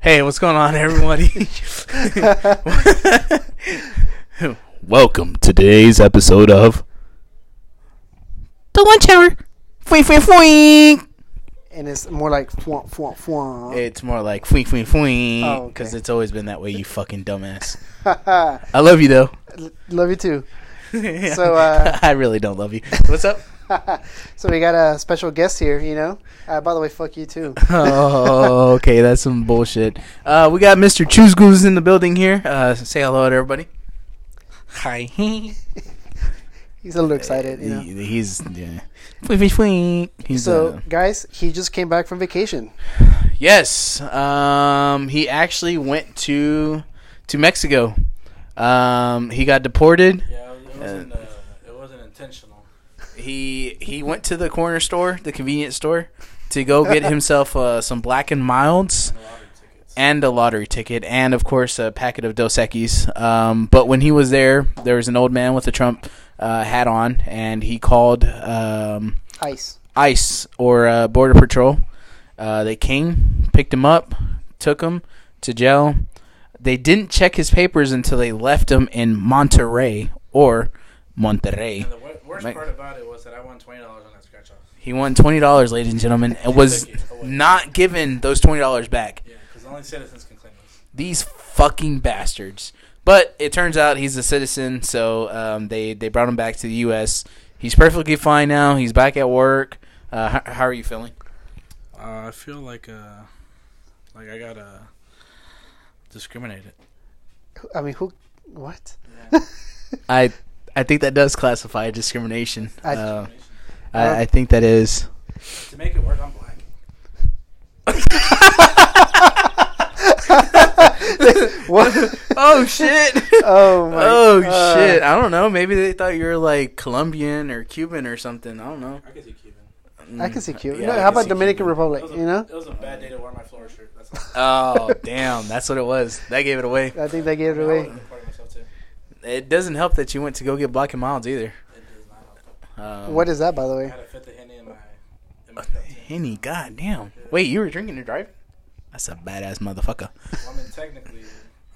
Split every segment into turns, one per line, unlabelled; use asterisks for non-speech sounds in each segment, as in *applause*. Hey, what's going on, everybody? Welcome to today's episode of The Lunch Hour. Fwink, fwink, fwink.
and it's more like fwomp fwomp
*laughs*
fwomp.
It's more like fwink, fwink,
Oh,
fwink.
okay.
Because it's always been that way, you fucking dumbass. *laughs* I love you, though.
Love you too.
*laughs*
So, uh,
I really don't love you. What's up?
*laughs* so we got a special guest here. You know. Uh, by the way, fuck you too.
*laughs* oh, okay. That's some bullshit. Uh, we got Mr. Choose Goose in the building here. Uh, say hello to everybody. Hi. *laughs*
*laughs* He's a little excited. You know.
He- He's yeah. Fwink, fwink, fwink. He's
So
uh,
guys, he just came back from vacation.
yes. Um, he actually went to to Mexico. Um, he got deported.
Yeah, it wasn't. Uh, it wasn't intentional.
He he went to the corner store, the convenience store, to go get himself uh, some black and milds
The lottery tickets.
and a lottery ticket, and of course a packet of Dos Equis. Um, but when he was there, there was an old man with a Trump uh, hat on, and he called. Um,
Ice.
ICE or uh, Border Patrol. Uh, they came, picked him up, took him to jail. They didn't check his papers until they left him in Monterrey or Monterrey.
And the wor- worst
Like-
part about it was that I won twenty dollars on that scratch off.
He won twenty dollars, ladies and gentlemen, and was
Thank you.
not given those twenty dollars back.
Yeah, because only citizens can claim this.
These fucking bastards. But it turns out he's a citizen, so um, they they brought him back to the U.S. He's perfectly fine now. He's back at work. Uh, how, how are you feeling?
Uh, I feel like uh, like I got uh, discriminated.
Who- I mean, who? What?
Yeah.
I I think that does classify discrimination.
I-
*laughs* Uh,
to
I, I think that is.
*laughs*
make it work, I'm black.
*laughs* what?
*laughs* Oh shit!
*laughs* Oh
*laughs*
my.
oh
uh,
shit! I don't know. Maybe they thought you were like Colombian or Cuban or something. I don't know. Mm.
I can see Cuban.
I can see Cuba.
Yeah,
no,
I
how
can
about
see
Dominican
Cuba.
Republic?
It was a,
You know.
it was a bad day to wear my Florida shirt. That's all.
*laughs*
Oh damn! That's what it was. That gave it away.
I think they gave it
I
away.
would've reported myself too. It
It doesn't help that you went to go get Black and Milds either.
does not help.
Um,
What is that, by the
I
way?
had a fifth of henny in my in my cup too.
Henny? Goddamn! Wait, you were drinking and driving? That's a badass
*laughs*
motherfucker.
Well, I mean, technically,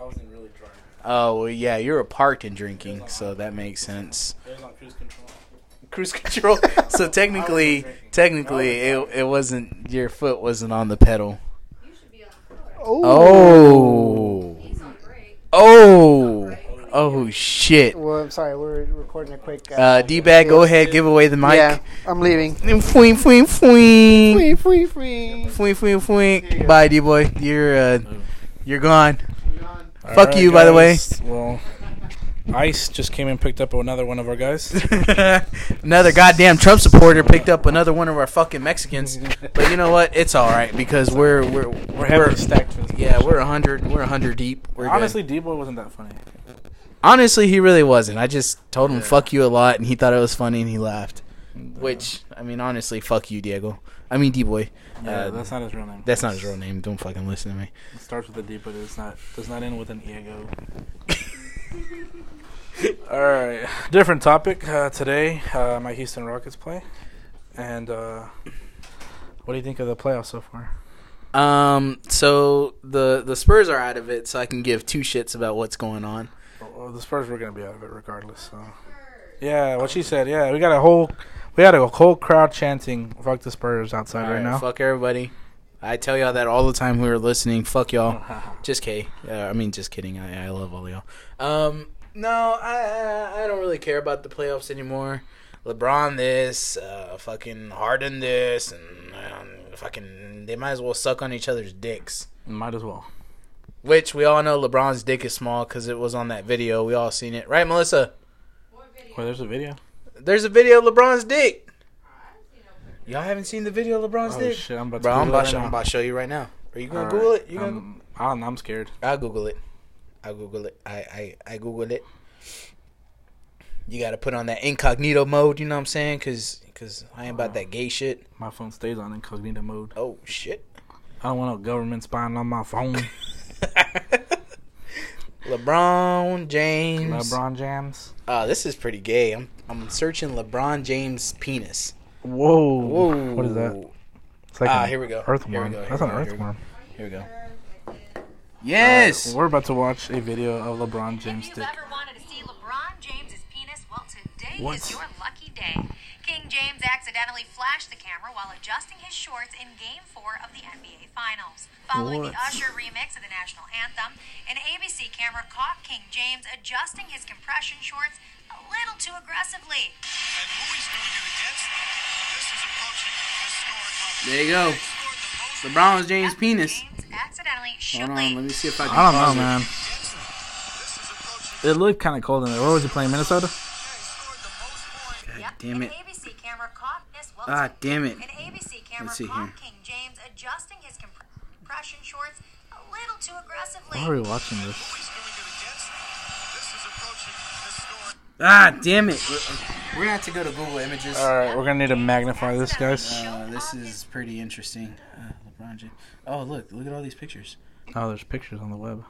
I wasn't really drunk.
Oh well, yeah, you were parked and drinking, so that makes sense.
It was on cruise control.
cruise *laughs* control. so technically,
drinking.
technically, it it wasn't your foot wasn't on the pedal.
You should be on the floor.
Oh.
Oh,
He's on break.
oh, oh, shit.
Well, I'm sorry. We're recording a quick. Uh,
Uh, D bag, go ahead, give away the mic.
Yeah, I'm leaving.
Fwing, fwing, fwing,
Free, free, free.
fwing, fwing,
See ya.
fwing. Bye, D boy. You're uh, you're gone. *laughs*
All
Fuck you, by the way.
guys. Well, Ice just came and picked up another one of our
*laughs*
guys.
another goddamn Trump supporter picked up another one of our fucking Mexicans. But you know what? It's all right because we're we're
We're heavily stacked for this.
yeah we're a hundred we're a hundred deep. We're good.
Honestly, D Boy wasn't that funny.
Honestly, he really wasn't. I just told him "fuck you" a lot, and he thought it was funny, and he laughed. Which, I mean, honestly, fuck you, Diego. I mean, D boy.
Yeah,
Uh,
that's not his real name.
That's not his real name. Don't fucking listen to me.
It starts with a D, but it's not. Does not end with an E, ego.
*laughs*
All right, different topic uh, today. Uh, my Houston Rockets play, and uh, what do you think of the playoffs so far?
Um, so the the Spurs are out of it, so I can give two shits about what's going on.
Well, the Spurs were going to be out of it regardless. So. Yeah, what she said. Yeah, we got a whole, we had a whole crowd chanting "Fuck the Spurs" outside
All
right, now.
fuck everybody. I tell y'all that all the time who are listening. Fuck y'all. Just K. Uh, I mean, just kidding. I, I love all y'all. Um, no, I I- I don't really care about the playoffs anymore. LeBron this, uh, fucking Harden this, and um, fucking they might as well suck on each other's dicks.
*laughs* Might as well.
Which we all know LeBron's dick is small because it was on that video. We all seen it, right, Melissa?
What video?
Well, there's a video.
There's a video of LeBron's dick. Y'all haven't seen the video of LeBron's
Oh
dick,
shit! I'm about to.
bro. I'm
Google
about,
it
to, I'm
right now.
about to show you right now. Are you gonna
All right,
Google it? You gonna?
I'm, I don't know, I'm scared.
I'll Google it. I'll Google it. I, I, I Google it. You got to put on that incognito mode, you know what I'm saying? Because cause I ain't about that gay shit.
My phone stays on incognito mode.
Oh, shit. *laughs*
I don't want no government spying on my phone.
LeBron James.
LeBron James.
Uh, this is pretty gay. I'm, I'm searching LeBron James penis.
Whoa.
Whoa.
What is that? It's like
Ah,
an
here we go. Here we
Earthworm.
go, here
That's
we
an
go, here we go.
earthworm.
Here we go.
Curve, like this.
Yes.
Uh, we're about to watch a video of LeBron James
If
dick.
you've ever wanted to see LeBron James's penis, well, today is
What?
your lucky day. King James accidentally flashed the camera while adjusting his shorts in Game 4 of the NBA Finals. Following the
What?
Usher remix of the national anthem, an ABC camera caught King James adjusting his compression shorts a little too aggressively.
And who he's doing it against, this is approaching historic levels.
There you go.
He scored the most
LeBron James
After
penis.
James accidentally
Hold on, let
shootly
me see if I can.
I don't
pause it.
know, man.
against him. This is approaching.
It looked kind of cold in there. Where was he playing? Minnesota?
Yeah, he scored the most points.
God
Yep,
damn
an
it.
ABC camera caught this well
Ah, damn it.
An ABC camera
Let's see
caught
here.
King James adjusting his compre- compression shorts a little too aggressively.
Why are we watching this?
Who he's doing it against, this is approaching historic.
Ah, damn it. We're, we're gonna have to go to Google Images.
All right, we're gonna need to magnify this, guys.
Uh, this is pretty interesting. Uh, LeBron James. Oh, look, look at all these pictures.
Oh, there's pictures on the web.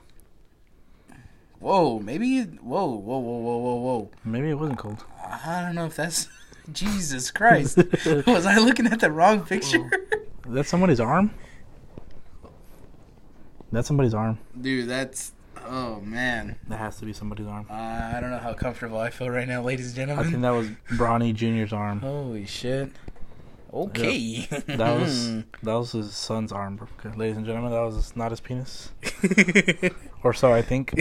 Whoa, maybe. you- Whoa, whoa, whoa, whoa, whoa, whoa.
Maybe it wasn't cold.
I don't know if that's. *laughs* Jesus
*laughs*
Christ. Was I looking at the wrong picture?
Is that somebody's arm? That's somebody's arm.
Dude, that's. Oh, man.
That has to be somebody's arm.
Uh, I don't know how comfortable I feel right now, ladies and
I think
gentlemen.
that was Bronny Junior's arm.
Holy shit. Okay. *laughs*
That was that was his son's arm, bro. Okay, ladies and gentlemen. That was not his penis, or so I *laughs* think.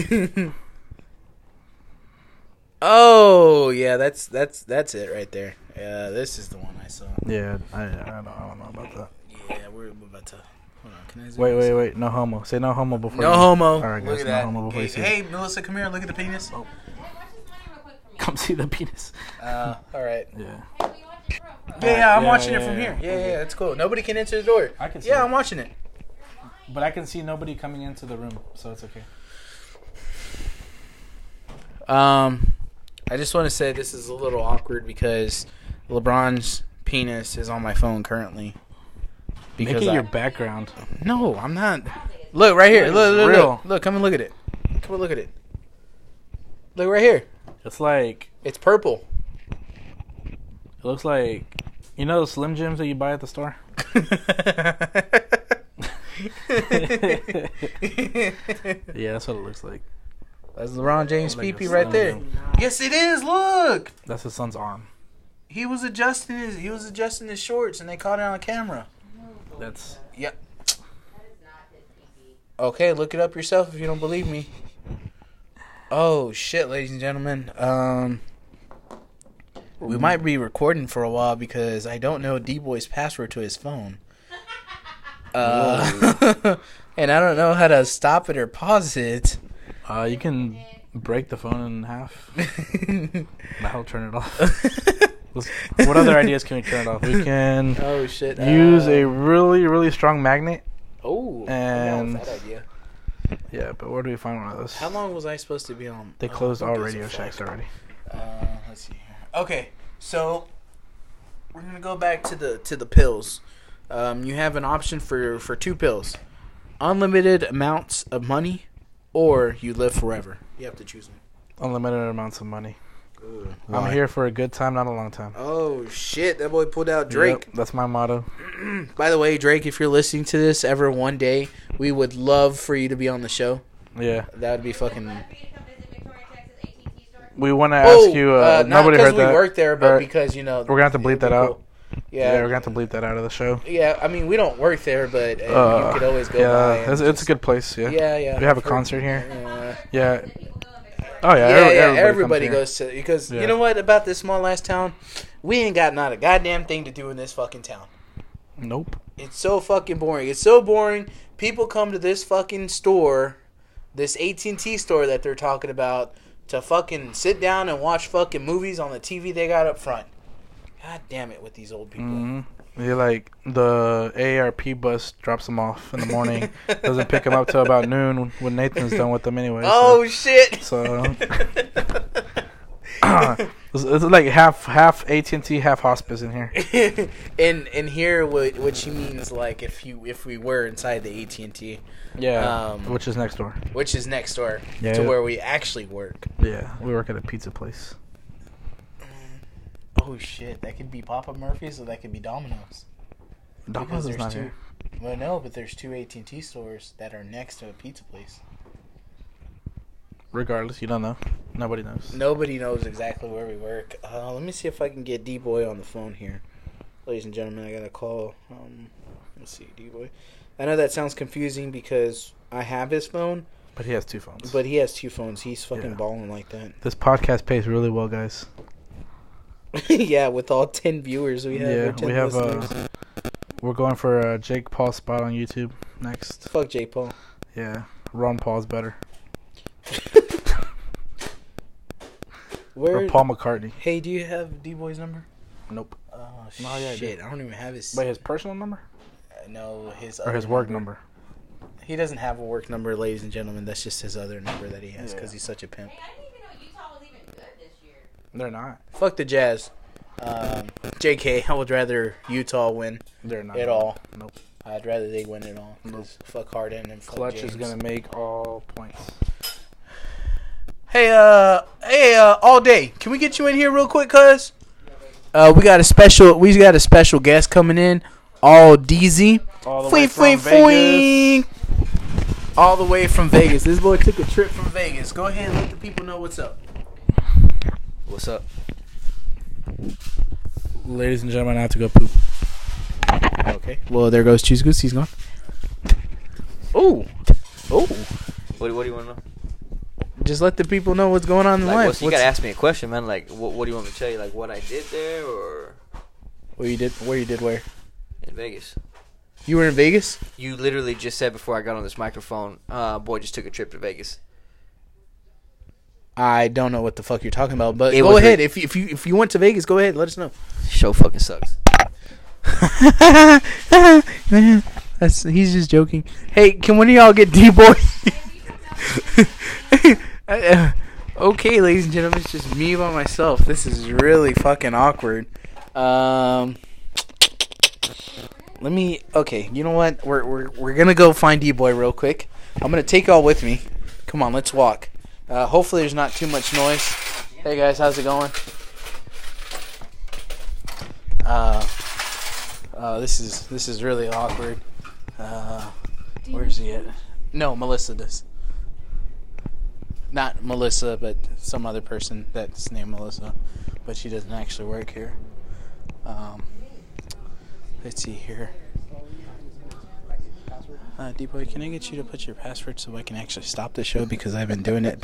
oh yeah, that's that's that's it right there. Yeah, this is the one I saw.
Yeah, I, I, don't, I don't know about that.
Yeah, we're about to. Hold on, can I zoom
Wait,
this?
wait, wait. No homo. Say no homo before.
No
you-
homo.
All right, guys.
look at
no
that.
homo before
Hey,
you see.
hey, Melissa, come here. Look at the penis.
Hey, watch this money real quick for me.
*laughs* Come see the penis.
Uh, all right.
Yeah.
Hey, will you watch it real quick?
Yeah, yeah, I'm
Yeah,
watching it
yeah,
from
yeah.
here. Yeah, yeah, that's cool. Nobody can enter the door.
I can see
Yeah,
it.
I'm watching it.
But I can see nobody coming into the room, so it's okay.
Um, I just want to say this is a little awkward because LeBron's penis is on my phone currently.
Make
Because
it
I-
your background.
no, I'm not. Look right here. Look, look,
real.
look, look. Come and look at it. Come and look at it. Look right here.
It's like
It's purple.
it looks like you know those Slim Jims that you buy at the store.
*laughs* That's
Yeah, that's what it looks like.
LeBron James
Like a
peepee right there. Yes, it is. Look,
That's his son's arm.
he was adjusting his he was adjusting his shorts, and they caught it on camera.
That's
Yep. Okay, look it up yourself if you don't believe me. Oh shit, ladies and gentlemen. Um we might be recording for a while because I don't know D Boy's password to his
*laughs*
phone. Uh, *laughs* and I don't know how to stop it or pause
*laughs*
it.
uh, you can break the phone in half. That'll turn
*laughs*
it off. Let's- what other ideas can we turn it off? We can
oh shit.
use
uh,
a really really strong magnet.
Oh,
and-
I know that idea.
Yeah, but where do we find one of those?
How long was I supposed to be on?
They
oh,
closed
who
all
gives a
Radio
fuck?
Shacks already.
Uh, let's see. here. Okay, so we're gonna go back to the to the pills. Um, you have an option for for two pills, unlimited amounts of money, or you live forever. You have to choose one.
Unlimited amounts of money.
Why?
I'm here for a good time, not a long time.
Oh shit! That boy pulled out Drake.
Yep, that's my motto.
By the way, Drake, if you're listening to this ever one day, we would love for you to be on the show.
Yeah.
That would be fucking.
Love for you to come visit Victoria, Texas, AT&T store.
We want to
Oh,
ask you. Uh,
uh, not
nobody
because
heard
we
that.
work there, but
Or-
because you know we're
gonna have to bleep that out.
Yeah,
yeah. we're gonna have to bleep that out of the show.
Yeah, I mean, we don't work there, but uh,
Uh,
you could always go by. uh,
yeah,
and
it's, it's a good place. Yeah.
just- yeah, yeah.
We have a
For-
concert here.
Yeah,
Yeah.
People go in Victoria.
Oh yeah.
yeah,
every-
yeah,
comes
everybody
here.
goes to because
Yeah.
you know what about this small ass town? We ain't got not a goddamn thing to do in this fucking town.
Nope.
It's so fucking boring. It's so boring. People come to this fucking store, this AT and T store that they're talking about, to fucking sit down and watch fucking movies on the TV they got up front. God damn it with these old people.
Mhm. They like the AARP bus drops them off in the
*laughs*
morning. Doesn't pick them up till about noon when Nathan's done with them anyway. so-
Oh shit!
*laughs* So-
Oh,
*coughs* It's, it's like half half AT and T, half hospice in here.
*laughs* and and here what what she means like if you if we were inside the AT and T,
Yeah.
Um,
which is next door.
which is next door
Yeah.
to where we actually work.
Yeah. We work at a pizza place.
Oh shit! That could be Papa Murphy's or that could be Domino's.
Domino's is not here.
Well, no, but there's two AT&T stores that are next to a pizza place.
Regardless, you don't know. Nobody knows.
Nobody knows exactly where we work. Uh, let me see if I can get D Boy on the phone here, ladies and gentlemen. I got a call. Um, let's see, D Boy. I know that sounds confusing because I have his phone,
But he has two phones.
but he has two phones. He's fucking
Yeah.
balling like that. *laughs*
this podcast pays really well, guys.
yeah, with all ten viewers we have, or 10
we have.
listeners.
Uh, we're going for uh, Jake Paul spot on YouTube next.
Fuck J Paul.
Yeah, Ron Paul's better.
*laughs* Where?
Or Paul McCartney.
Hey, do you have D Boy's number?
Nope.
Oh
No, yeah, I do.
shit! I, don't even have his.
Wait, his personal number
no, his
or his
other
work number?
He doesn't have a work number, ladies and gentlemen. That's just his other number that he has because
Yeah.
he's such a pimp.
Hey, I didn't even know Utah was even good this year.
They're not.
Fuck the Jazz. Um, JK, I would rather Utah win
They're not
at all.
Nope.
I'd rather they win it all. 'cause
Nope.
Fuck Harden and fuck
Clutch
James.
is gonna make all points.
Hey, uh, hey, uh, all day. Can we get you in here real quick, cuz? Uh, we got a special. We got a special guest coming in. All DZ.
All the way
Fwing, fwing,
from Vegas.
fwing. All the way from Vegas. This boy took a trip from Vegas. Go ahead and let the people know what's up.
What's up, ladies and gentlemen? I have to go poop.
Okay. Well, there goes Cheese Goose. He's gone. Ooh. Ooh.
What, what do you want to know?
Just let the people know what's going on in
Like,
life.
what's- you
What's-
gotta ask me a question, man. Like, what, what do you want me to tell you? Like, what I did there, or
What you did? Where you did? Where?
in Vegas?
You were in Vegas.
You literally just said before I got on this microphone, uh, boy, just took a trip to Vegas.
I don't know what the fuck you're talking about, but
It
go
was
ahead.
re-
if you, if you if you went to Vegas, go ahead. Let us know.
Show fucking sucks.
That's he's just joking. Hey, can one of y'all get D boy? *laughs* okay, ladies and gentlemen, it's just me by myself. This is really fucking awkward. Um, let me. Okay, you know what? We're we're we're gonna go find D boy real quick. I'm gonna take y'all with me. Come on, let's walk. Uh, hopefully, there's not too much noise. Hey guys, how's it going? Uh, uh, this is this is really awkward. Uh, where's he at? No, Melissa does. Not Melissa, but some other person that's named Melissa, but she doesn't actually work here. Um, let's see here. Uh, D-Boy, can I get you to put your password so I can actually stop the show because I've been doing it